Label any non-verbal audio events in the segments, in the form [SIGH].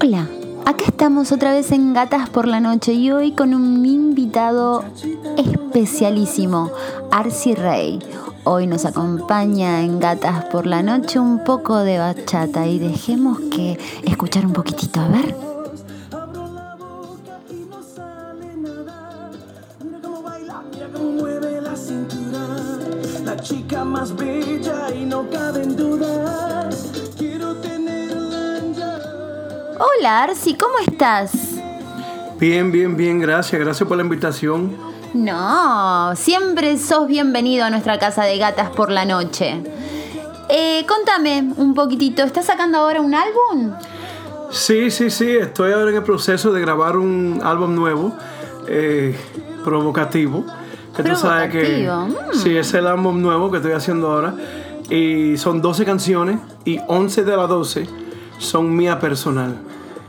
Hola, acá estamos otra vez en Gatas por la Noche y hoy con un invitado especialísimo, Arci Rey. Hoy nos acompaña en Gatas por la Noche un poco de bachata y dejemos que escuchar un poquitito, a ver. Abro la boca y no sale nada. Mira cómo baila, mira cómo mueve la cintura. La chica más bella y no caben dudas. Quiero tenerla ya. Hola Arci, ¿cómo estás? Bien, bien, bien, gracias, gracias por la invitación. No, siempre sos bienvenido a nuestra casa de Gatas por la Noche. Eh, contame un poquitito, ¿estás sacando ahora un álbum? Sí, sí, sí, estoy ahora en el proceso de grabar un álbum nuevo, eh, provocativo. Que tú sabes que Provocativo, mm. sí, es el álbum nuevo que estoy haciendo ahora. Y son 12 canciones y 11 de las 12 son mía personal.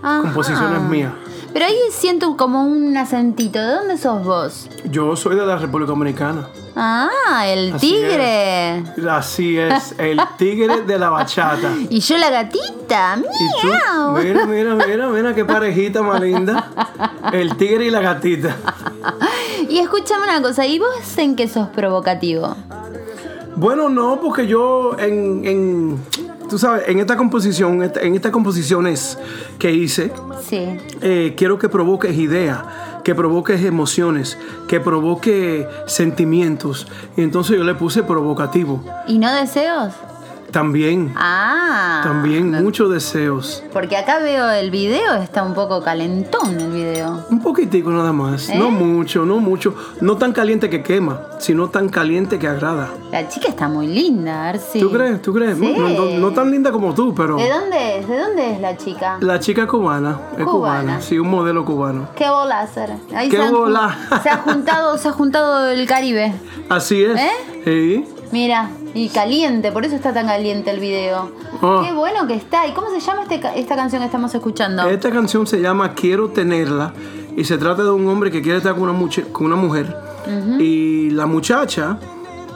Ajá. Composiciones Ah. mías. Pero ahí siento como un acentito. ¿De dónde sos vos? Yo soy de la República Dominicana. Ah, el Así tigre. es. Así es, [LAUGHS] el tigre de la bachata. Y yo la gatita. Y tú, Miau. mira, mira, mira, mira qué parejita más linda. El tigre y la gatita. Y escúchame una cosa. ¿Y vos en qué sos provocativo? Bueno, no, porque yo en, en- tú sabes, en esta composición, en estas composiciones que hice, Sí. eh, quiero que provoques ideas, que provoques emociones, que provoque sentimientos. Y entonces yo le puse provocativo. ¿Y no deseos? También, Ah. también muchos deseos. Porque acá veo el video, está un poco calentón el video. Un poquitico nada más, ¿Eh? no mucho, no mucho, no tan caliente que quema, sino tan caliente que agrada. La chica está muy linda, Arsi. ¿Tú crees? ¿Tú crees? Sí. No, no- no tan linda como tú, pero ¿De dónde es? ¿De dónde es la chica? la chica cubana, es cubana. Cubana. sí, un modelo cubano. ¿Qué bola hacer? Ahí ¿Qué se han jun- bola? Se ha juntado, se ha juntado el Caribe. Así es. ¿Eh? Sí. Mira, y caliente, por eso está tan caliente el video. Oh. Qué bueno que está. ¿Y cómo se llama este ca- esta canción que estamos escuchando? Esta canción se llama Quiero tenerla y se trata de un hombre que quiere estar con una, muche- con una mujer y la muchacha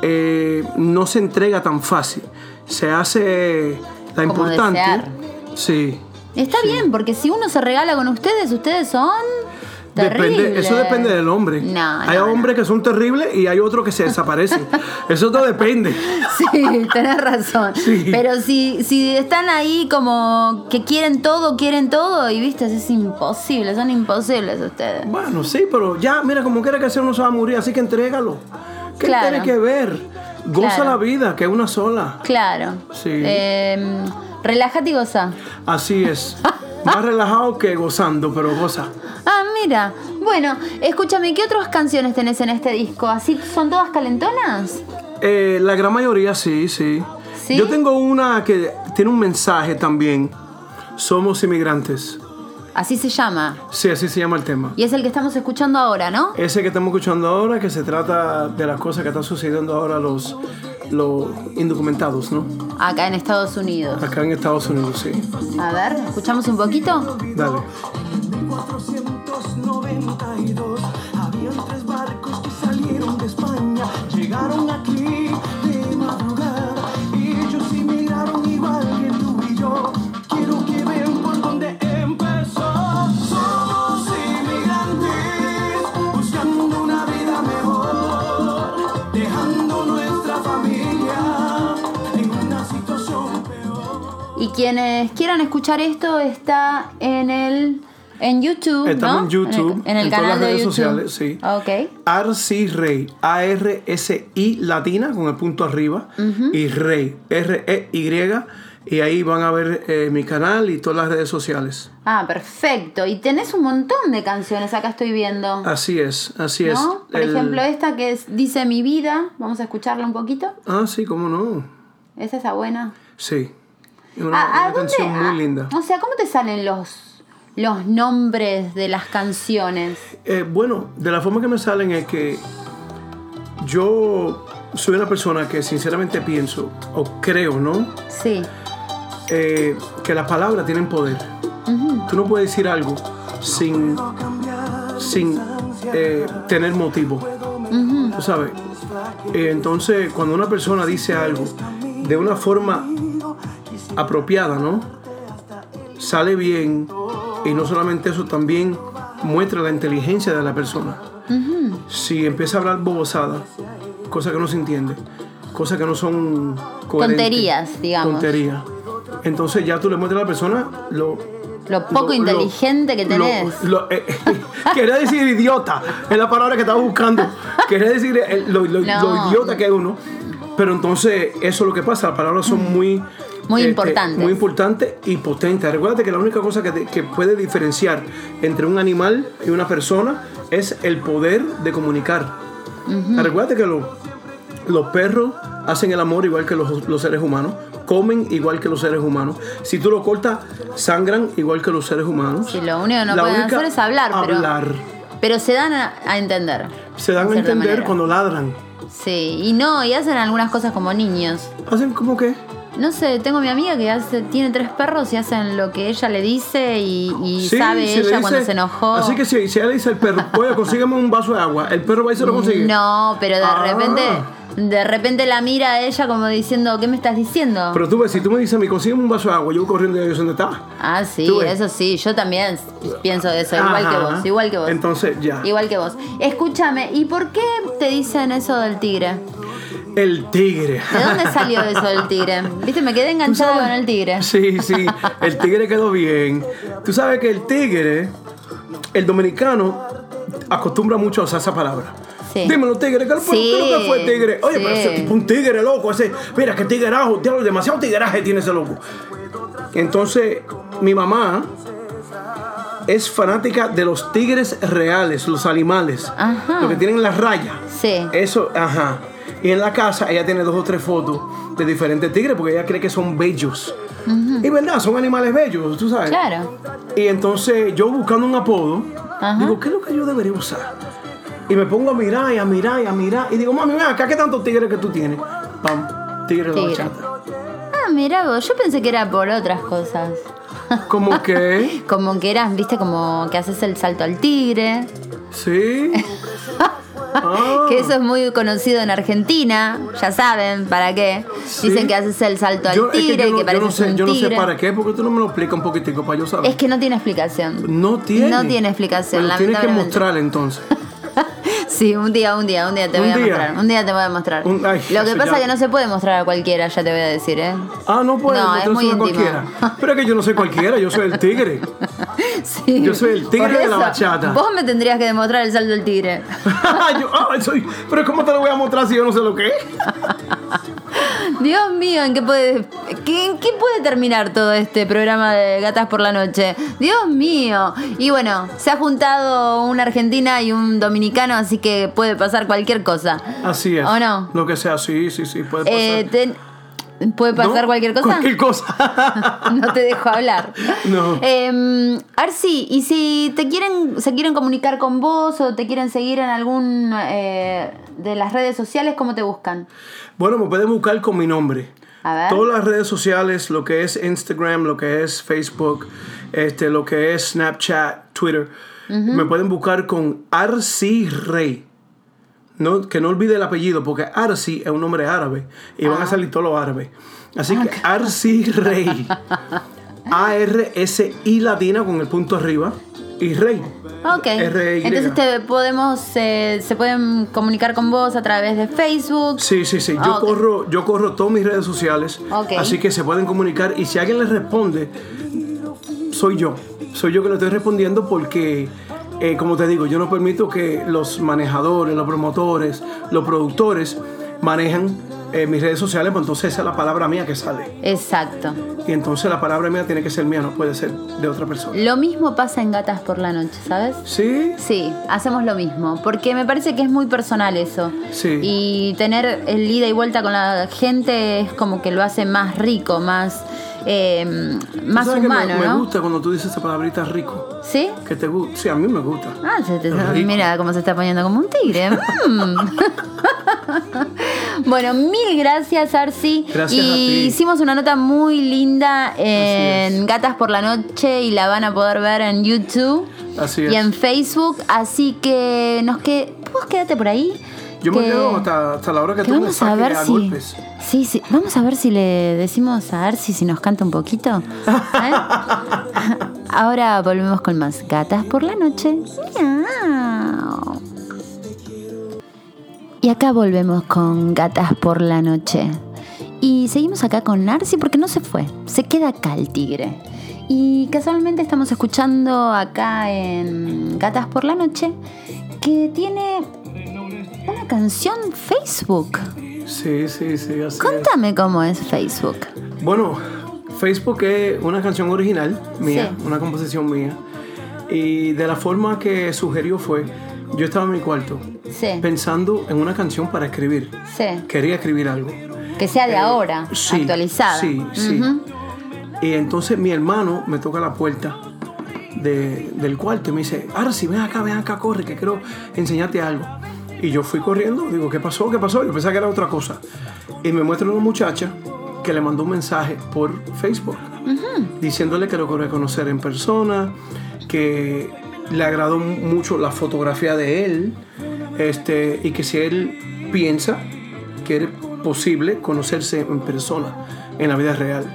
eh, no se entrega tan fácil, se hace la Como importante. desear. Sí. está bien, porque si uno se regala con ustedes, ustedes son Depende, terribles. eso depende del hombre. No, hay no, no. hombres que son terribles y hay otros que se [LAUGHS] desaparecen. eso todo depende. [LAUGHS] Sí, tenés razón. Sí. Pero si, si están ahí como que quieren todo, quieren todo, y viste, es imposible, son imposibles ustedes. Bueno, sí, pero ya, mira, como quiera que sea, uno se va a morir, así que entrégalo. ¿Qué Claro. tiene que ver? Goza Claro. la vida, que es una sola. Claro. Sí. Eh, relájate y goza. Así es. Más relajado que gozando, pero goza. Ah, mira. Bueno, escúchame, ¿qué otras canciones tenés en este disco? ¿Así son todas calentonas? Eh, la gran mayoría sí, sí, ¿Sí? Yo tengo una que tiene un mensaje también. Somos inmigrantes. Así se llama. Sí, así se llama el tema. Y es el que estamos escuchando ahora, ¿no? Ese que estamos escuchando ahora, que se trata de las cosas que están sucediendo ahora los, los indocumentados, ¿no? Acá en Estados Unidos. Acá en Estados Unidos, sí. A ver, escuchamos un poquito. Dale. 1492 habían tres barcos que salieron de España, llegaron aquí de madrugada. Ellos emigraron igual que tú y yo. Quiero que vean por dónde empezó. Somos inmigrantes buscando una vida mejor, dejando nuestra familia en una situación peor. Y quienes quieran escuchar esto está en el en YouTube, ¿no? Estamos en YouTube, en el, en el en canal todas las de redes YouTube. sociales, sí. Ok. Arsi Rey, A-R-S-I latina con el punto arriba y Rey, R-E-Y. Y ahí van a ver eh, mi canal y todas las redes sociales. Ah, perfecto. Y tenés un montón de canciones, acá estoy viendo. Así es, así es. ¿No? Por El- ejemplo, esta que es- dice Mi vida, vamos a escucharla un poquito. Ah, sí, cómo no. Esa está buena. Sí. Una, Ah, ¿A- a una dónde- canción a- muy linda. O sea, ¿cómo te salen los, los nombres de las canciones? Eh, bueno, de la forma que me salen es que yo soy una persona que sinceramente pienso, o creo, ¿no? Sí. Eh, que las palabras tienen poder. Tú no puedes decir algo sin, sin eh, tener motivo. Tú sabes. Eh, entonces, cuando una persona dice algo de una forma apropiada, ¿no? Sale bien, Y no solamente eso, también muestra la inteligencia de la persona. Ujú. Si empieza a hablar bobosada, cosas que no se entiende, cosas que no son coherentes, Tonterías, digamos. tonterías, entonces ya tú le muestras a la persona lo Lo poco lo- inteligente que lo- tenés. lo- eh, [LAUGHS] quería decir idiota, es la palabra que estaba buscando. Quería decir eh, lo, lo- No. lo idiota que es uno. Pero entonces, eso es lo que pasa. Las palabras son muy. Mm. este, Muy importantes. Muy importantes y potentes. Recuérdate que la única cosa que, te- que puede diferenciar entre un animal y una persona es el poder de comunicar. Recuérdate que lo- los perros hacen el amor igual que los, los seres humanos, comen igual que los seres humanos. Si tú lo cortas, sangran igual que los seres humanos. Sí, lo único que no La pueden única- hacer es hablar, pero- hablar. Pero se dan a, a entender. Se dan de a cierta entender manera. cuando ladran. Sí, y no, y hacen algunas cosas como niños. Hacen como que. No sé, tengo mi amiga que hace, tiene tres perros y hacen lo que ella le dice y, y sí, sabe si le ella dice- cuando se enojó. Así que si, si ella le dice al perro, oye, consígueme un vaso de agua, el perro va y se lo consigue. No, pero de Ah. repente, de repente la mira a ella como diciendo, ¿qué me estás diciendo? Pero tú ves, si tú me dices, me consígueme un vaso de agua, yo corriendo y yo sé dónde está. ah, sí, tú ves. eso sí, yo también pienso eso, igual que Ajá. vos, igual que vos. Entonces, ya. Igual que vos. Escúchame, ¿y por qué te dicen eso del tigre? El tigre. ¿De dónde [LAUGHS] salió eso del tigre? Viste, me quedé enganchada con el tigre. Sí, sí, el tigre quedó bien. Tú sabes que el tigre, el dominicano, acostumbra mucho a usar esa palabra. Sí. Dímelo, tigre, ¿qué, Sí, qué es lo que fue tigre? Oye, sí. pero ese tipo un tigre loco, ese, mira, qué tigrajo, diablo, demasiado tigraje tiene ese loco. Entonces, mi mamá es fanática de los tigres reales, los animales, Ajá. los que tienen las rayas. Sí. Eso, ajá. Y en la casa ella tiene dos o tres fotos de diferentes tigres porque ella cree que son bellos. Y verdad, son animales bellos, tú sabes. Claro. Y entonces yo buscando un apodo, Ajá. digo, ¿qué es lo que yo debería usar? Y me pongo a mirar y a mirar y a mirar. Y digo, mami, ven acá, ¿qué tantos tigres que tú tienes? Pam, tigre de Tigre. bachata. Ah, mira vos, yo pensé que era por otras cosas. Como [LAUGHS] que, Como que eras, viste, como que haces el salto al tigre. sí. Ah. Que eso es muy conocido en Argentina, ya saben, ¿para qué? Sí. Dicen que haces el salto al Yo- es que tigre, yo que, no- yo pareces no sé, un Yo no sé tigre. para qué, porque tú no me lo explicas un poquitico para yo saber. Es que no tiene explicación. No tiene. No tiene explicación, Me lo tienes que lamentablemente. mostrar entonces. [LAUGHS] Sí, un día, un día, un día te Un voy a día. mostrar. Un día te voy a mostrar. Un- ay, Lo que eso pasa ya- es que no se puede mostrar a cualquiera, ya te voy a decir, ¿eh? [LAUGHS] Ah, no puedo. No, es entonces muy soy íntimo. cualquiera. Pero es que yo no soy cualquiera, yo soy el tigre. [LAUGHS] Sí. Yo soy el tigre Por de la eso, bachata. Vos me tendrías que demostrar el salto al tigre. [LAUGHS] yo, ah, soy, pero ¿cómo te lo voy a mostrar si yo no sé lo que es? Dios mío, ¿en qué puede, qué- en qué puede terminar todo este programa de Gatas por la Noche? Dios mío. Y bueno, se ha juntado una argentina y un dominicano, así que puede pasar cualquier cosa. Así es. ¿O no? Lo que sea, sí, sí, sí, puede pasar. Eh, ten- ¿Puede ¿No? pasar cualquier cosa? Cualquier cosa. [LAUGHS] No te dejo hablar. No. Eh, Arsi, y si te quieren, se quieren comunicar con vos o te quieren seguir en algún eh, de las redes sociales, ¿cómo te buscan? Bueno, me pueden buscar con mi nombre. A ver. Todas las redes sociales, lo que es Instagram, lo que es Facebook, este, lo que es Snapchat, Twitter, me pueden buscar con Arsi Rey. No, que no olvide el apellido, porque Arsi es un nombre árabe y Ah. van a salir todos los árabes. Así que [LAUGHS] Arsi Rey. A-R-S-I latina con el punto arriba y Rey. Ok. R-Y. Entonces te podemos, eh, se pueden comunicar con vos a través de Facebook. Sí, sí, sí. Yo Ah, ok. corro, yo corro todas mis redes sociales. Ok. Así que se pueden comunicar. Y si alguien les responde, soy yo. Soy yo que le estoy respondiendo porque, eh, como te digo, yo no permito que los manejadores, los promotores, los productores manejan eh, mis redes sociales, pues entonces esa es la palabra mía que sale. Exacto. Y entonces la palabra mía tiene que ser mía, no puede ser de otra persona. Lo mismo pasa en Gatas por la Noche, ¿sabes? ¿Sí? Sí, hacemos lo mismo, porque me parece que es muy personal eso. Sí. Y tener el ida y vuelta con la gente es como que lo hace más rico, más, eh, más ¿Sabes que me- humano, me, ¿no? gusta cuando tú dices esa palabrita rico. ¿Sí. Que te gusta. Sí, a mí me gusta. Ah, se te- Rico. mira cómo se está poniendo como un tigre. [LAUGHS] Mm. [LAUGHS] bueno, mil gracias, Arsi. Gracias y a ti. Hicimos una nota muy linda en es. Gatas por la Noche y la van a poder ver en YouTube Así es. y en Facebook. Así que nos que vos quédate por ahí. Yo me que- quedo hasta, hasta la hora que, que tú me vamos a saques ver a si. golpes. Sí, sí. Vamos a ver si le decimos a Arsi si nos canta un poquito. ¿Eh? Ahora volvemos con más gatas por la noche. Miau. Y acá volvemos con gatas por la noche. Y seguimos acá con Narcy porque no se fue, se queda acá el tigre. Y casualmente estamos escuchando acá en Gatas por la Noche que tiene una canción Facebook. Sí, sí, sí. así es. Contame cómo es Facebook. Bueno, Facebook es una canción original mía, Sí. una composición mía. Y de la forma que sugirió fue, yo estaba en mi cuarto Sí, pensando en una canción para escribir. sí. Quería escribir algo. Que sea de ahora, Eh, Sí, actualizada. Sí, sí. Ujú. Y entonces mi hermano me toca la puerta de- del cuarto y me dice, Arsi, ven acá, ven acá, corre, que quiero enseñarte algo. Y yo fui corriendo, digo, ¿qué pasó? ¿Qué pasó? Yo pensaba que era otra cosa. Y me muestra una muchacha que le mandó un mensaje por Facebook diciéndole que lo quería conocer en persona, que le agradó mucho la fotografía de él este, y que si él piensa que es posible conocerse en persona, en la vida real.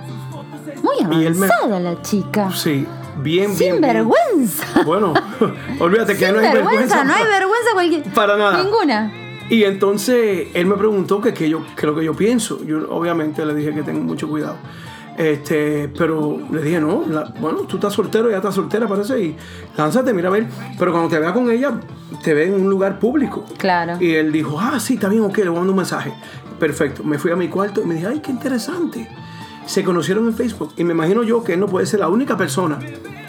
Muy Y él me- avanzada la chica. Sí, bien, bien. Sin bien. vergüenza. Bueno, [LAUGHS] olvídate que Sin no hay vergüenza. no hay vergüenza cualquier. [LAUGHS] Para nada. Ninguna. Y entonces él me preguntó que qué yo, qué es lo que yo pienso. Yo obviamente le dije que tengo mucho cuidado. Este, pero le dije, no, la- bueno, tú estás soltero, ya estás soltera, parece, y lánzate, mira a ver. Pero cuando te vea con ella, te ve en un lugar público. Claro. Y él dijo, ah, sí, está bien, ok, le voy a mandar un mensaje. Perfecto. Me fui a mi cuarto y me dije, ay, qué interesante. Se conocieron en Facebook. Y me imagino yo que él no puede ser la única persona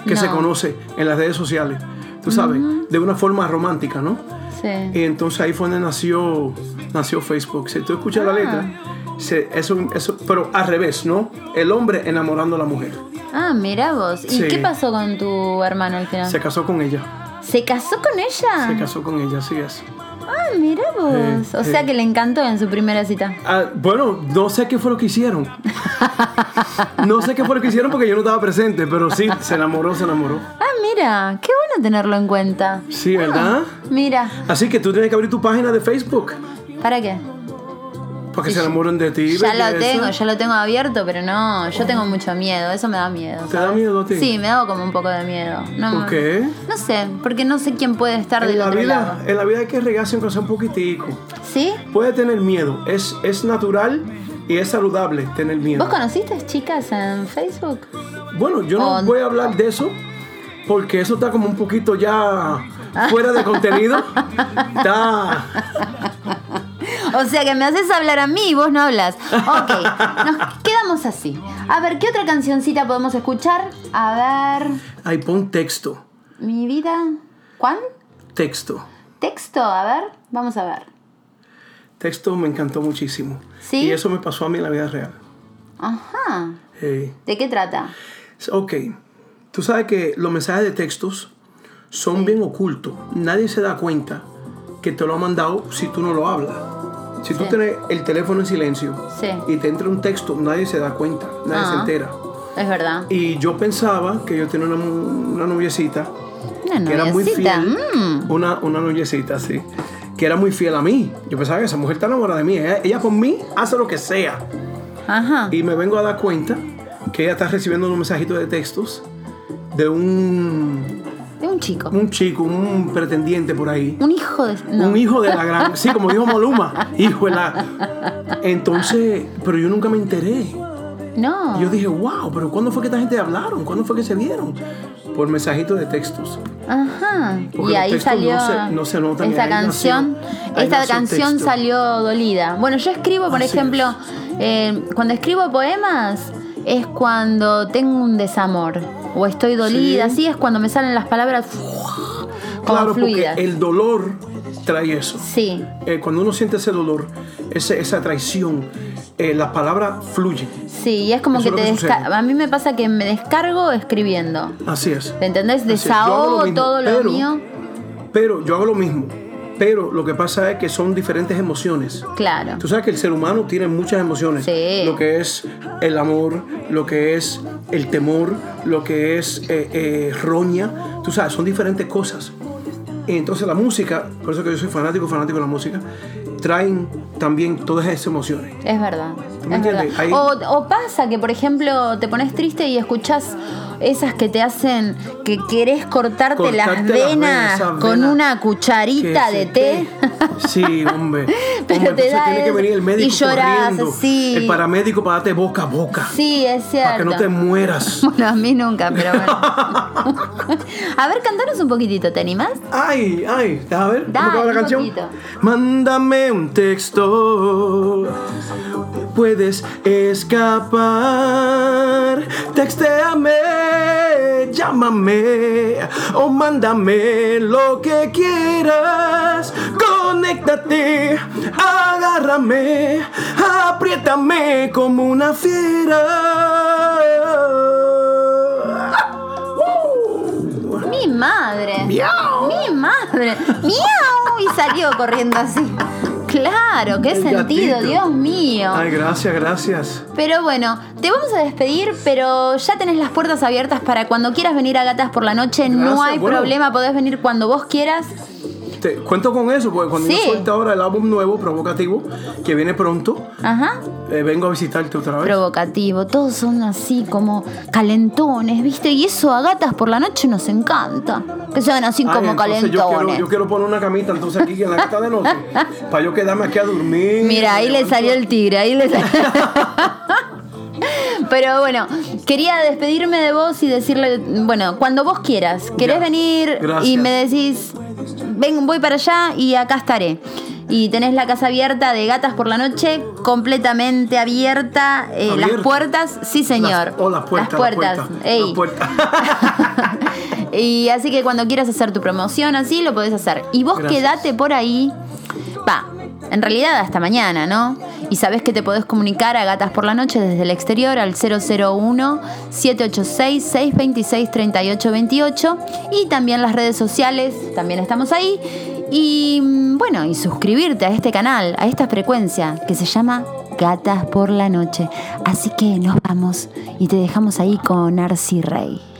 que se No. conoce en las redes sociales. Tú sabes, de una forma romántica, ¿no? Sí. Y entonces ahí fue donde nació, nació Facebook. Si tú escuchas la Ah. letra, se- eso, eso, pero al revés, ¿no? El hombre enamorando a la mujer. Ah, mira vos. ¿Y Sí. qué pasó con tu hermano al final? Se casó con ella. ¿Se casó con ella? Se casó Eh, con ella, así es. Ah, mira vos. Sí, o sí. sea que le encantó en su primera cita. Ah, bueno, no sé qué fue lo que [LAUGHS] hicieron. No sé qué fue lo que hicieron porque yo no estaba presente, pero sí, se enamoró, se enamoró. Ah, mira, qué bueno tenerlo en cuenta. Sí, ¿verdad? Mira, Así que tú tienes que abrir tu página de Facebook ¿para qué? para que se enamoren de ti. Ya lo belleza. tengo, ya lo tengo abierto, pero no, yo tengo mucho miedo, eso me da miedo. ¿Te da miedo a ti? Sí, me da como un poco de miedo. No, ¿Por me- qué? No sé, porque no sé quién puede estar En del la, otro vida, lado. en la vida hay que regarse aunque sea un poquitico. ¿Sí? Puede tener miedo, es, es natural y es saludable tener miedo. ¿Vos conociste chicas en Facebook? Bueno, yo O- no voy a hablar de eso porque eso está como un poquito ya fuera de contenido. Está. O sea que me haces hablar a mí y vos no hablas. [LAUGHS] Ok, nos quedamos así. A ver, ¿qué otra cancioncita podemos escuchar? A ver, Ahí pon texto, mi vida. ¿Cuál? texto. Texto, a ver, vamos a ver. Texto me encantó muchísimo. ¿Sí? Y eso me pasó a mí en la vida real. Ajá. Eh, ¿De qué trata? ok, tú sabes que los mensajes de textos son bien ocultos. Nadie se da cuenta que te lo ha mandado si tú no lo hablas. Si tú Sí. tienes el teléfono en silencio Sí. y te entra un texto, nadie se da cuenta, nadie se Ajá. entera. Es verdad. Y yo pensaba que yo tenía una, mu- una noviecita Una que era muy noviecita. fiel, mm. una, una noviecita, sí, que era muy fiel a mí. Yo pensaba que esa mujer está enamorada de mí, ella, ella por mí hace lo que sea. Ajá. Y me vengo a dar cuenta que ella está recibiendo unos mensajitos de textos de un, De un chico. un chico, un pretendiente por ahí. Un hijo de. no. Un hijo de la gran. Sí, como dijo Moluma. Hijo de la. Entonces, pero yo nunca me enteré. No. Yo dije, wow, pero ¿cuándo fue que esta gente hablaron? ¿Cuándo fue que se vieron? Por mensajitos de textos. Ajá. Porque y los ahí textos salió. no se- no se notan, esta ahí nació- canción. ahí esta nació el canción texto. salió dolida. Bueno, yo escribo, por Así ejemplo, eh, cuando escribo poemas. Es cuando tengo un desamor o estoy dolida, Sí. así es cuando me salen las palabras como Claro, porque fluidas. el dolor trae eso. Sí, Eh, cuando uno siente ese dolor, ese- esa traición, eh, las palabras fluyen. sí, y es como Eso que es te lo que sucede. descargo. A mí me pasa que me descargo escribiendo. Así es. ¿Te entendés? Así es. Yo hago Desahogo lo mismo, todo lo pero- mío. Pero yo hago lo mismo. Pero lo que pasa es que son diferentes emociones. Claro. Tú sabes que el ser humano tiene muchas emociones. Sí. Lo que es el amor, lo que es el temor, lo que es eh, eh, roña. Tú sabes, son diferentes cosas. Y entonces la música, por eso que yo soy fanático, fanático de la música, traen también todas esas emociones. Es verdad. ¿Tú me es verdad. entiendes? Ahí- O, o pasa que, por ejemplo, te pones triste y escuchás esas que te hacen que querés cortarte, Cortarte las las venas, venas esas con venas una cucharita que de se té. te- Sí, hombre. [LAUGHS] Pero te Hombre, entonces da tiene que eso. venir el Y médico llorás, corriendo, sí. El paramédico para darte boca a boca. Sí, es cierto. Para que no te mueras. Bueno, a mí nunca, pero [LAUGHS] bueno. a ver, cantanos un poquitito, ¿te animás? Ay, ay, a ver, ¿cómo Dale, acaba la un canción? poquito. Mándame un texto. Puedes escapar. Textéame, llámame o mándame lo que quieras. Conéctate, agárrame, apriétame como una fiera. ¡Woo! Mi madre. ¡Miau! Mi madre. ¡Miau! Y salió corriendo así. Claro, qué El sentido, gatito. Dios mío. Ay, gracias, gracias. Pero bueno, te vamos a despedir, pero ya tenés las puertas abiertas para cuando quieras venir a Gatas por la Noche. no Gracias, hay bueno. problema, podés venir cuando vos quieras. Te cuento con eso, porque cuando Sí. yo suelte ahora el álbum nuevo, Provocativo, que viene pronto, Ajá. eh, vengo a visitarte otra vez. Provocativo, todos son así como calentones, ¿viste? Y eso a gatas por la noche nos encanta. Que sean así Ay, como entonces calentones. yo quiero, yo quiero poner una camita entonces aquí en la cata [LAUGHS] de noche para yo quedarme aquí a dormir. Mira, ahí le Levanto- salió el tigre, ahí le salió. [LAUGHS] Pero bueno, quería despedirme de vos y decirle, bueno, cuando vos quieras, querés Ya. venir y Gracias. me decís, ven, voy para allá y acá estaré. Y tenés la casa abierta de gatas por la noche, completamente abierta. eh, ¿Abierta? Las puertas, sí señor. Las- o las puertas. Las puertas. Las puertas. ey. Las puertas. y así que cuando quieras hacer tu promoción, así lo podés hacer. Y vos Gracias. quedate por ahí. Va, en realidad hasta mañana, ¿no? Y sabés que te podés comunicar a Gatas por la Noche desde el exterior al 001-786-626-3828. Y también las redes sociales, también estamos ahí. Y mm, bueno, y suscribirte a este canal, a esta frecuencia que se llama Gatas por la Noche. Así que nos vamos y te dejamos ahí con Arcy Rey.